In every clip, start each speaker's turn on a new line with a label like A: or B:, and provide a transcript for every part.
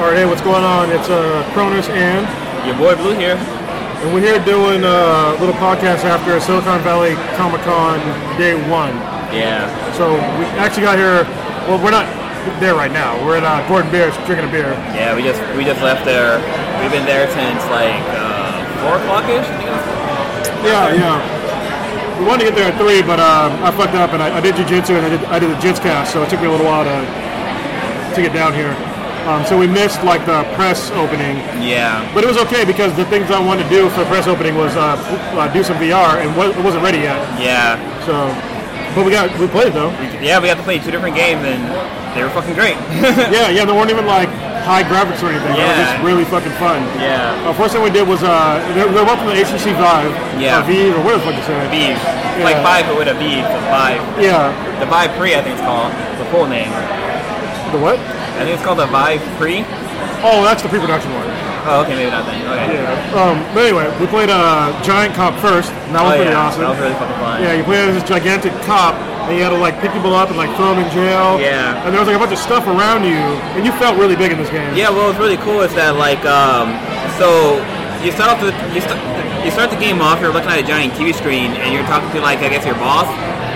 A: All right, hey, what's going on? It's uh, Cronus and,
B: Your boy Blue here.
A: and we're here doing uh, a little podcast after Silicon Valley Comic Con day one.
B: Yeah.
A: So we actually got here. Well, we're not there right now. We're at uh, Gordon Beer's drinking a beer.
B: Yeah, we just we just left there. We've been there since like uh, four o'clock ish. I think it was.
A: Yeah, yeah. We wanted to get there at three, but um, I fucked up and I, I did jujitsu and I did, I did the jits cast, so it took me a little while to to get down here. Um, so we missed like the press opening.
B: Yeah.
A: But it was okay because the things I wanted to do for the press opening was uh, uh, do some VR, and wa- it wasn't ready yet.
B: Yeah.
A: So, but we got we played though.
B: Yeah. We got to play two different games and they were fucking great.
A: Yeah, yeah. They weren't even like high graphics or anything. They were
B: Yeah.
A: just really fucking fun.
B: yeah.
A: Uh, first thing we did was uh, they, they were up in the HTC Vive,
B: Yeah.
A: or Vive, or whatever the fuck you said.
B: Beef. Like Vive, but with a beef. The Vive.
A: Yeah,
B: The Vive Pre, I think it's called. It's the full name.
A: the what?
B: I think it's called the Vive Pre.
A: Oh, that's the pre-production one.
B: Oh, okay, maybe not then. Okay.
A: Yeah. Um, but anyway, we played uh, Giant Cop first. And that
B: Oh,
A: was pretty
B: yeah.
A: awesome.
B: That was really fucking fun.
A: Yeah, you played as this gigantic cop, and you had to like pick people up and like throw them in jail.
B: Yeah.
A: And there was like a bunch of stuff around you, and you felt really big in this game.
B: Yeah, well, what's really cool is that like, um, so you start off the you, st- you start the game off. You're looking at a giant TV screen, and you're talking to like I guess your boss,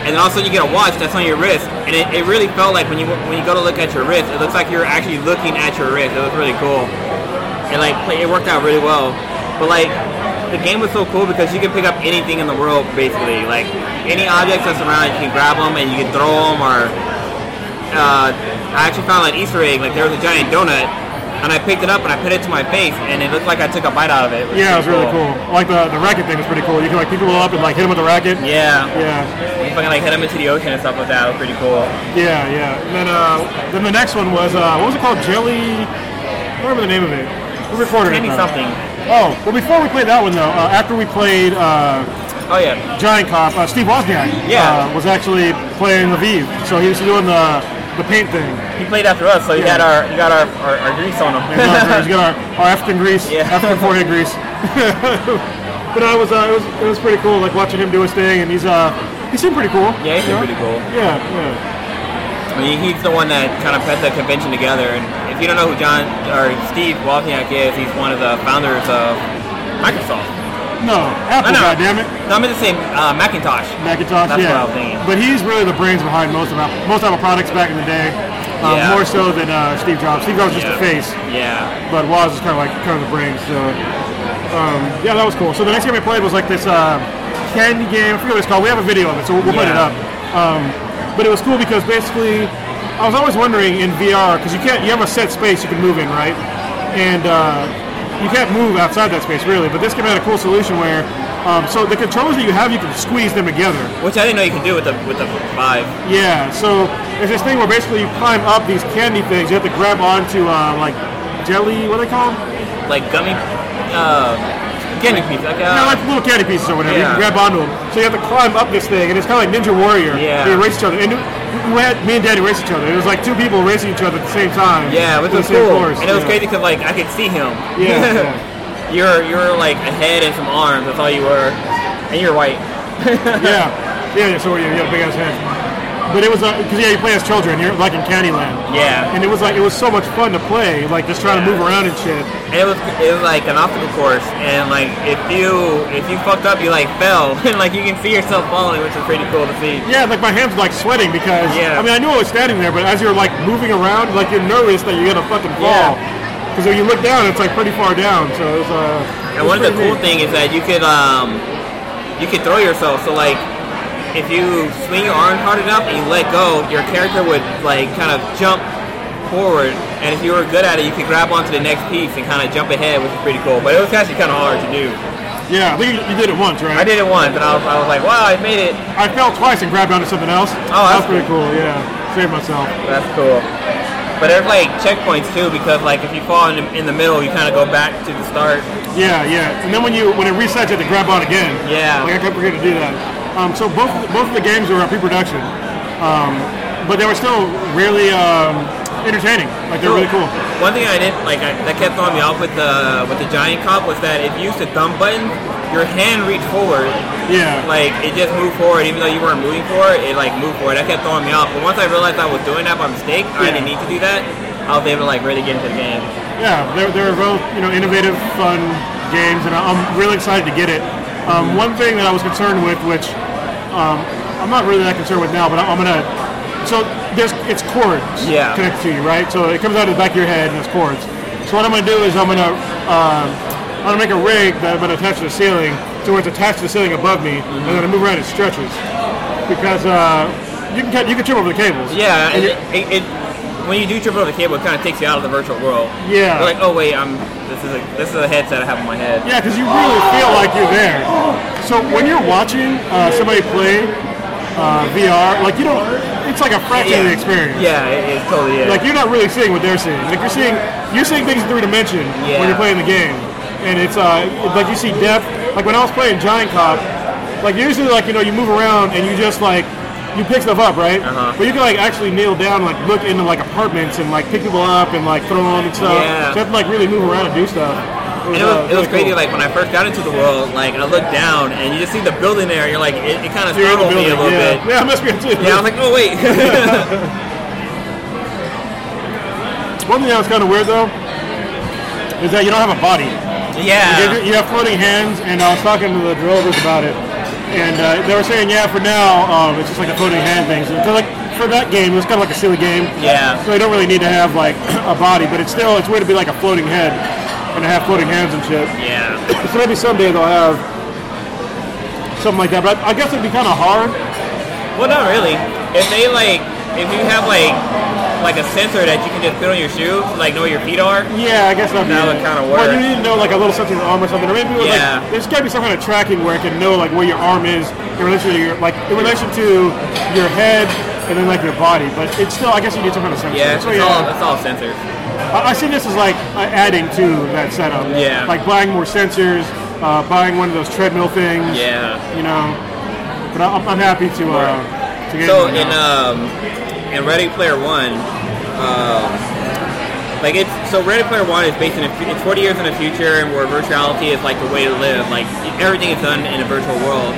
B: and then all of a sudden you get a watch that's on your wrist, and it, it really felt like when you when you go to look at your wrist, it looks like you're actually looking at your wrist. It was really cool, and like play, it worked out really well. But like. The game was so cool because you can pick up anything in the world, basically. Like any objects that's around, you can grab them and you can throw them, or uh, I actually found an Easter egg. Like there was a giant donut, and I picked it up and I put it to my face, and it looked like I took a bite out of it. which
A: Yeah, it was
B: pretty
A: really cool. Like the, the racket thing was pretty cool. You can like pick people up and like hit them with the racket.
B: Yeah,
A: Yeah,
B: you fucking like hit him into the ocean and stuff like that. It was pretty cool.
A: yeah, yeah. And then uh, then the next one was uh, what was it called? Jelly. I don't remember the name of it. We recorded
B: Candy
A: it. though.
B: something.
A: Oh, well, before we played that one though, uh, after we played uh,
B: Oh yeah,
A: Giant Cop, uh, Steve Wozniak
B: Yeah.
A: uh, was actually playing Lviv, so he was doing the the paint thing.
B: he played after us, so he
A: Yeah.
B: got our he got our, our, our grease on
A: He's got, uh, he's
B: him.
A: got our, our African grease,
B: Yeah.
A: African forehead grease. but no, it was uh, it was it was pretty cool, like watching him do his thing, and he's uh he seemed pretty cool.
B: yeah, he's
A: you know?
B: pretty cool.
A: Yeah, yeah,
B: I mean, he's the one that kind of put the convention together. And if you don't know who John or Steve Wozniak is, he's one of the founders of Microsoft.
A: no, Apple,
B: I know.
A: goddammit.
B: No, I meant to say uh, Macintosh.
A: Macintosh,
B: That's what
A: yeah.
B: I was thinking.
A: But he's really the brains behind most of Apple, most Apple products back in the day, uh,
B: Yeah.
A: more so than uh, Steve Jobs. Steve Jobs was just a face.
B: Yeah.
A: but Woz is kind of like kind of the brains. So um, yeah, that was cool. So the next game we played was like this uh, candy game. I forget what it's called. We have a video of it, so we'll, we'll put it up.
B: Yeah.
A: Um, but it was cool because basically, I was always wondering in VR because you can't you have a set space you can move in, right? And uh, you can't move outside that space really. But this game had a cool solution where um, so the controllers that you have, you can squeeze them together.
B: Which I didn't know you could do with the with the five.
A: Yeah, so there's this thing where basically you climb up these candy things. You have to grab onto uh, like jelly. What do they call 'em?
B: Like gummy uh gummy piece. Like,
A: Yeah,
B: uh,
A: like little candy pieces or whatever. You can
B: Yeah.
A: grab onto them. So you have to climb up this thing, and it's kind of like Ninja Warrior.
B: Yeah.
A: They race each other. And we had, me and Daddy raced each other. It was like two people racing each other at the same time.
B: yeah, which
A: on the
B: was
A: same
B: cool.
A: course.
B: And it was
A: Yeah.
B: crazy because like I could see him.
A: Yeah, yeah.
B: you're you're like a head and some arms, that's all you were. And you're white.
A: yeah. yeah, yeah. So you you had a big ass head. But it was because yeah, you play as children. You're like in Candyland.
B: Yeah.
A: And it was like it was so much fun to play, like just trying to move around and shit.
B: And it was it was like an obstacle course and like if you if you fucked up you like fell and like you can see yourself falling, which is pretty cool to see.
A: Yeah, like my hands were like sweating because
B: Yeah.
A: I mean I knew I was standing there, but as you're like moving around, like you're nervous that you're gonna fucking fall. Because when you look down, it's like pretty far down. So it was. Uh, it
B: And
A: was
B: one of
A: pretty
B: the cool
A: neat.
B: thing is that you could um, you could throw yourself. So like, if you swing your arm hard enough and you let go, your character would like kind of jump forward. And if you were good at it, you could grab onto the next piece and kind of jump ahead, which is pretty cool. But it was actually kind of hard to do.
A: Yeah, I think you, you did it once, right?
B: I did it once, and I was, I was like, wow, I made it.
A: I fell twice and grabbed onto something else.
B: Oh,
A: that was
B: that's
A: pretty cool. Yeah, saved myself.
B: That's cool. But there's like checkpoints too, because like if you fall in the, in the middle, you kind of go back to the start.
A: Yeah, yeah. And then when you when it resets, you have to grab on again.
B: Yeah.
A: Like I kept forgetting to do that. Um, so both of the, both of the games were a pre-production, um, but they were still really um, entertaining. Like they're really cool.
B: One thing I didn't like I, that kept throwing me off with the with the giant cop was that if you use the thumb button, your hand reached forward.
A: Yeah.
B: Like it just moved forward, even though you weren't moving forward, it like moved forward. That kept throwing me off. But once I realized I was doing that by mistake,
A: Yeah.
B: I didn't need to do that. I was able to like really get into the game.
A: Yeah, they're, they're both you know innovative, fun games, and I- I'm really excited to get it. Um, one thing that I was concerned with, which um, I'm not really that concerned with now, but I- I'm gonna. So there's it's cords
B: Yeah.
A: connected to you, right? So it comes out of the back of your head and it's cords. So what I'm gonna do is I'm gonna um I'm gonna make a rig that I'm gonna attach to the ceiling, to where it's attached to the ceiling above me, and then I move around it stretches because uh, you can cut- you can trip over the cables.
B: Yeah,
A: And
B: it,
A: you're-
B: it, it, when you do trip over the cable, it kind of takes you out of the virtual world.
A: Yeah.
B: You're like, oh wait, I'm this is a this is a headset I have on my head.
A: Yeah, because you really feel like you're there. So when you're watching uh, somebody play uh, VR, like you don't, it's like a fraction of the experience.
B: Yeah, it, it's totally it.
A: Like you're not really seeing what they're seeing. Like you're seeing, you're seeing things in three dimension when
B: Yeah.
A: you're playing the game, and it's uh, like you see depth. Like when I was playing Giant Cop, like usually like you know you move around and you just like you pick stuff up, right?
B: Uh-huh.
A: But you can like actually kneel down, like look into like apartments and like pick people up and like throw them and stuff.
B: Yeah.
A: So you have to like really move around and do stuff.
B: And it
A: uh,
B: was, it was
A: really
B: crazy.
A: cool.
B: Like when I first got into the world, like I looked down and you just see the building there. You're like, it, it kind of
A: You're in the
B: startled me a
A: building,
B: little
A: yeah.
B: bit.
A: Yeah, I must be too.
B: Yeah, I was like, oh wait.
A: One thing that was kind of weird though is that you don't have a body.
B: yeah.
A: You, you have floating hands, and I was talking to the developers about it, and uh, they were saying, yeah, for now, um, it's just like a floating hand thing. So, 'cause, like for that game, it was kind of like a silly game.
B: Yeah.
A: So you don't really need to have like a body, but it's still it's weird to be like a floating head and to have floating hands and shit.
B: Yeah.
A: So maybe someday they'll have something like that. But I, I guess it'd be kind of hard.
B: Well, not really. If they like, if you have like, like a sensor that you can just put on your shoe, to, like know where your feet are.
A: Yeah, I guess that'd be
B: That
A: it.
B: would kinda
A: Or
B: work.
A: you need to know like a little something arm or something. Or maybe with,
B: Yeah.
A: like there's gotta be some kind of tracking where it can know like where your arm is in relation to your like in relation to your head and then like your body. But it's still I guess you need some kind of sensor.
B: Yeah. It's
A: so
B: all
A: Oh, yeah,
B: it's all sensors.
A: I, I see this as like uh, adding to that setup.
B: Yeah.
A: Like buying more sensors, uh, buying one of those treadmill things.
B: Yeah.
A: You know. But I, I'm, I'm happy to uh, to get
B: So
A: one
B: in
A: now.
B: um, in Ready Player One, um, like it's so Ready Player One is based in a, fu- it's 40 years in the future, and where virtuality is like the way to live. Like everything is done in a virtual world,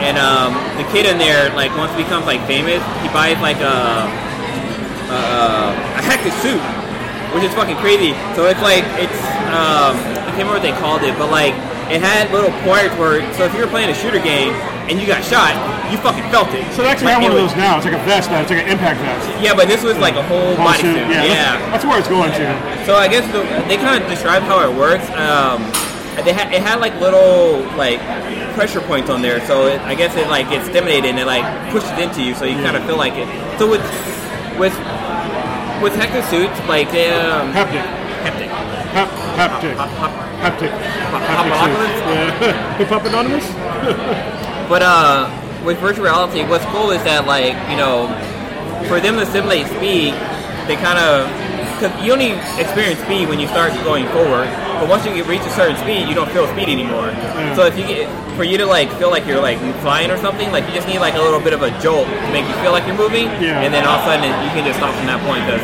B: and um, the kid in there, like once he becomes like famous, he buys like a a hectic suit, which is fucking crazy. So it's like it's um, I can't remember what they called it, but like it had little points where so if you were playing a shooter game and you got shot, you fucking felt it.
A: so they actually
B: Like,
A: have one
B: it
A: of
B: was-
A: those now. It's like a vest now. It's like an impact vest.
B: yeah, but this was like a whole
A: Whole
B: body
A: suit.
B: suit.
A: Yeah,
B: Yeah.
A: That's, that's where it's going to.
B: So I guess the, they kind of described how it works. Um, they had, it had like little like pressure points on there, so it, I guess it like gets stimulated and it like pushes it into you, so you kind of feel like it. So with with with Hector suits, like they, um,
A: Haptic.
B: hectic.
A: Hap- haptic.
B: Hop- hop-
A: Haptic. Haptic
B: Hopopotamus?
A: suit. Yeah. Hip Hop Anonymous?
B: But uh, with virtual reality, what's cool is that like you know, for them to simulate speed, they kind of because you only experience speed when you start going forward. But once you get- reach a certain speed, you don't feel speed anymore.
A: Mm.
B: So if you get for you to like feel like you're like flying or something, like you just need like a little bit of a jolt to make you feel like you're moving.
A: Yeah.
B: And then all of a sudden it- you can just stop from that point because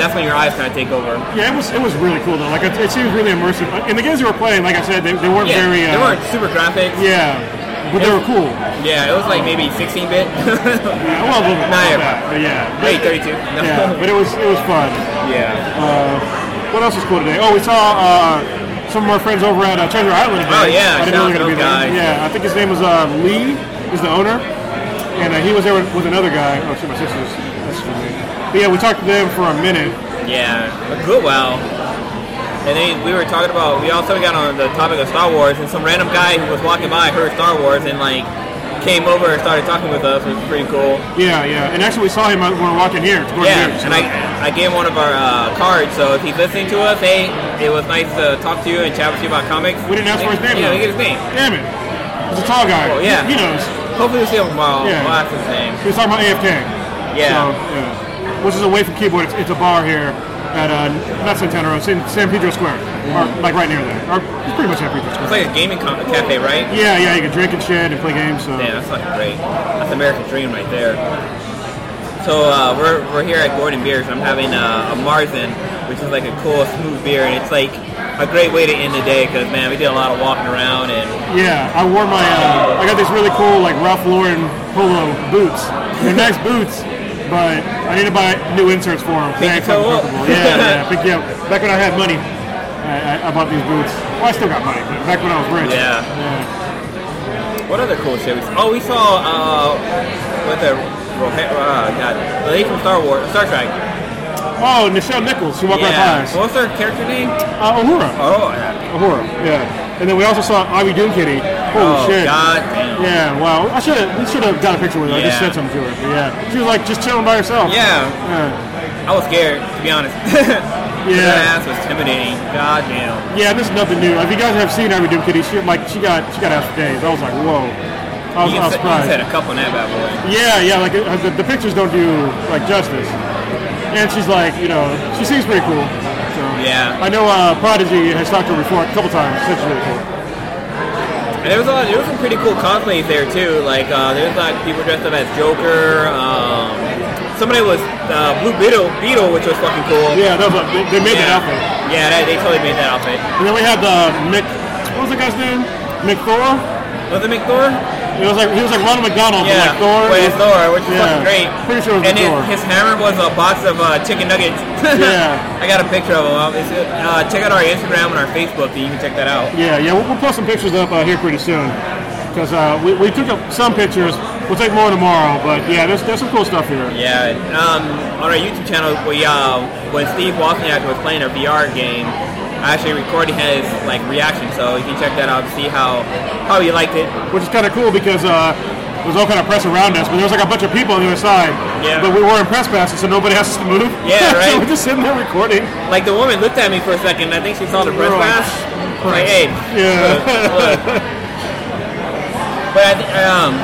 B: that's when your eyes kind of take over.
A: Yeah, it was it was really cool though. Like it, it seems really immersive. Uh, In the games we were playing, like I said, they, they weren't
B: Yeah.
A: very. Uh,
B: they weren't super graphics.
A: Yeah, but they were cool.
B: Yeah. It was like maybe 16 bit.
A: Yeah, well, a little bit
B: Nah,
A: like
B: yeah.
A: that, but yeah.
B: Wait, 32. No.
A: Yeah, but it was it was fun.
B: yeah.
A: What else was cool today? Oh, we saw uh, some of our friends over at uh, Treasure Island. Today.
B: Oh, yeah,
A: I didn't know they were gonna be there.
B: shout out those guys.
A: Yeah, I think his name was uh, Lee. Is the owner, and uh, he was there with, with another guy. Oh, shit, my sister's. That's from me. But yeah, we talked to them for a minute.
B: Yeah, a good while. And then we were talking about, we also got on the topic of Star Wars, and some random guy who was walking by heard Star Wars and, like, came over and started talking with us, which was pretty cool.
A: Yeah, yeah. And actually, we saw him uh, when we were walking here. Gordon
B: yeah,
A: Hughes.
B: and I, I gave him one of our uh, cards, so if he's listening to us, hey, it was nice to talk to you and chat with you about comics.
A: We didn't ask for his name,
B: Yeah,
A: though.
B: we get his name.
A: Damn it. He's a tall guy.
B: Oh, yeah.
A: He, he knows.
B: Hopefully we'll see him tomorrow.
A: Yeah.
B: We'll ask his name.
A: He was talking about AFK. So,
B: Yeah.
A: yeah. Which is away from keyboard. It's, it's a bar here at, uh, not Santana Road, San, San Pedro Square. Or, like right near there. Or it's pretty much San Pedro Square.
B: It's like a gaming com- cafe, right?
A: Yeah, yeah. You can drink and shit and play games. So.
B: Yeah, that's fucking great. That's American dream right there. So uh, we're, we're here at Gordon Beers. I'm having uh, a Marzen, which is like a cool, smooth beer, and it's like a great way to end the day because man, we did a lot of walking around and
A: Yeah, I wore my. Uh, I got these really cool like Ralph Lauren polo boots. They're nice boots, But I need to buy new inserts for them. They
B: Pick your
A: actually
B: toe up.
A: comfortable. Yeah, yeah. Pick you up. Back when I had money, I, I, I bought these boots. Well, I still got money, but back when I was rich.
B: Yeah.
A: yeah.
B: What other cool shit? We saw? Oh, we saw uh, with the Rohe- uh, God, the lady from Star Wars, Star Trek.
A: Oh, Nichelle Nichols. She walked right by
B: Yeah.
A: us.
B: What was her character name?
A: Uh, Uhura.
B: Oh, yeah.
A: Uhura. Yeah. And then we also saw Ivy Doom Kitty. Holy
B: oh
A: shit.
B: God. damn.
A: Yeah. Wow. I should have. We should have done a picture with her. I just
B: Yeah.
A: said something to her. But yeah. She was like just chilling by herself.
B: Yeah,
A: Yeah.
B: I was scared to be honest. that ass was intimidating. God damn.
A: Yeah, this is nothing new. If you guys have seen Ivy Doom Kitty, she like she got she got out for days. I was like, whoa. I was,
B: You
A: I was
B: just had
A: surprised.
B: a couple in that bad boy.
A: Yeah, yeah. Like uh, the, the pictures don't do like justice. And she's like, you know, she seems pretty cool. So
B: Yeah.
A: I know uh, Prodigy has talked to her before a couple times. She's really cool.
B: And there was a lot. There was some pretty cool cosplays there too. Like uh, there was like people dressed up as Joker. Um, somebody was uh, Blue Beetle, Beetle, which was fucking cool.
A: Yeah, that was, uh, they, they made that outfit.
B: Yeah, that, they totally made that outfit.
A: And then we had the Mick. What was the guy's name? Mick Thor.
B: Was it McThor?
A: It was like he was like Ronald McDonald, but like
B: Yeah,
A: Thor.
B: but it's Thor, which is
A: Yeah.
B: fucking great.
A: Pretty sure it was
B: and his,
A: Thor.
B: his hammer was a box of uh, chicken nuggets.
A: Yeah.
B: I got a picture of him. Obviously. Uh, check out our Instagram and our Facebook, and you can check that out.
A: Yeah, yeah, we'll, we'll post some pictures up uh, here pretty soon because uh, we, we took up some pictures. We'll take more tomorrow, but yeah, there's, there's some cool stuff here.
B: Yeah. Um, on our YouTube channel, we uh, when Steve Wozniak was playing a VR game, I actually recorded his like reaction, so you can check that out to see how how he liked it.
A: Which is kind of cool because uh, there was all kind of press around us, but there was like a bunch of people on the other side.
B: Yeah.
A: But we were in press passes, so nobody asked us to move.
B: Yeah,
A: so
B: right.
A: we're just sitting there recording.
B: Like the woman looked at me for a second. I think she saw the breath
A: Right.
B: pass. I'm Like, hey,
A: Yeah.
B: look, look." But I, th- um,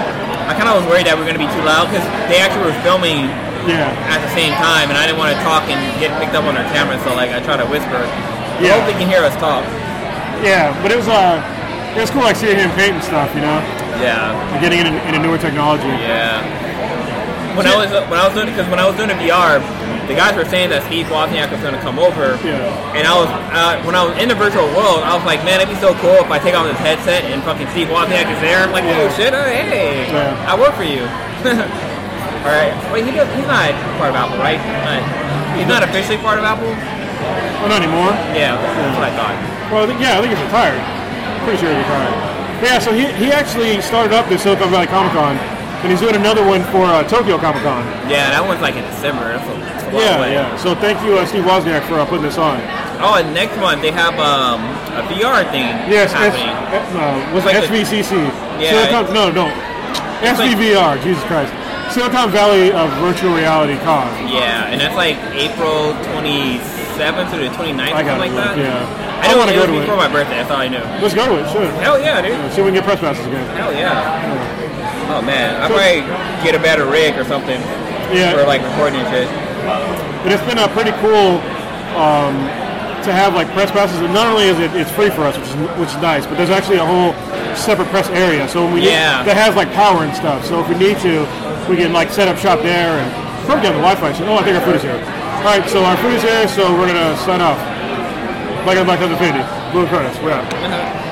B: I kind of was worried that we are gonna be too loud because they actually were filming
A: Yeah.
B: at the same time, and I didn't want to talk and get picked up on our camera. So like, I tried to whisper. I
A: Yeah.
B: hope they can hear us talk.
A: Yeah, but it was uh, it was cool like seeing him paint and stuff, you know,
B: Yeah,
A: and getting into, into newer technology.
B: yeah. When I was when I was doing because when I was doing a VR, the guys were saying that Steve Wozniak was gonna come over.
A: Yeah.
B: And I was uh, when I was in the virtual world, I was like, man, it'd be so cool if I take off this headset and fucking Steve Wozniak is there. I'm like, oh
A: Yeah.
B: shit, oh, hey,
A: Yeah.
B: I work for you. All right, wait, he does, he's not part of Apple, right? He's not, he's not officially part of Apple.
A: Well, Oh, not anymore.
B: Yeah, that's what I thought.
A: Well, I think- yeah, I think he's retired. Pretty sure he's retired. But yeah, so he, he actually started up this Silicon Valley Comic Con, and he's doing another one for uh, Tokyo Comic Con.
B: Yeah, that one's like in December. That's a, that's a long
A: Yeah,
B: way.
A: yeah. So thank you, uh, Steve Wozniak, for uh, putting this on.
B: Oh, and next month they have um, a VR thing
A: Yes, S-
B: happening.
A: eh, no, was
B: It's
A: it
B: like the-
A: SVCC?
B: Yeah,
A: Silicon, no, no.
B: like-
A: SVVR, Jesus Christ. Silicon Valley of Virtual Reality Con.
B: yeah, and that's like April 27th through the 29th,
A: I
B: something
A: got
B: like
A: it.
B: that.
A: Yeah. I
B: I, know
A: wanna go
B: it was
A: to it.
B: before my birthday. That's all I knew.
A: Let's go to it, sure.
B: Hell yeah, dude.
A: Yeah, see if we can get press passes again.
B: Hell yeah. Oh man, I probably get a better rig or something
A: Yeah.
B: for like recording and shit.
A: But it's been uh, pretty cool um, to have like press passes. And not only is it it's free for us, which is which is nice, but there's actually a whole separate press area. So when we
B: Yeah.
A: need, that has like power and stuff. So if we need to, we can like set up shop there and probably get on the Wi-Fi. So, oh, I think our food is here. All right, so our food is here, so we're gonna sign off. Black and Black Infinity. Blue Curtis, we're out.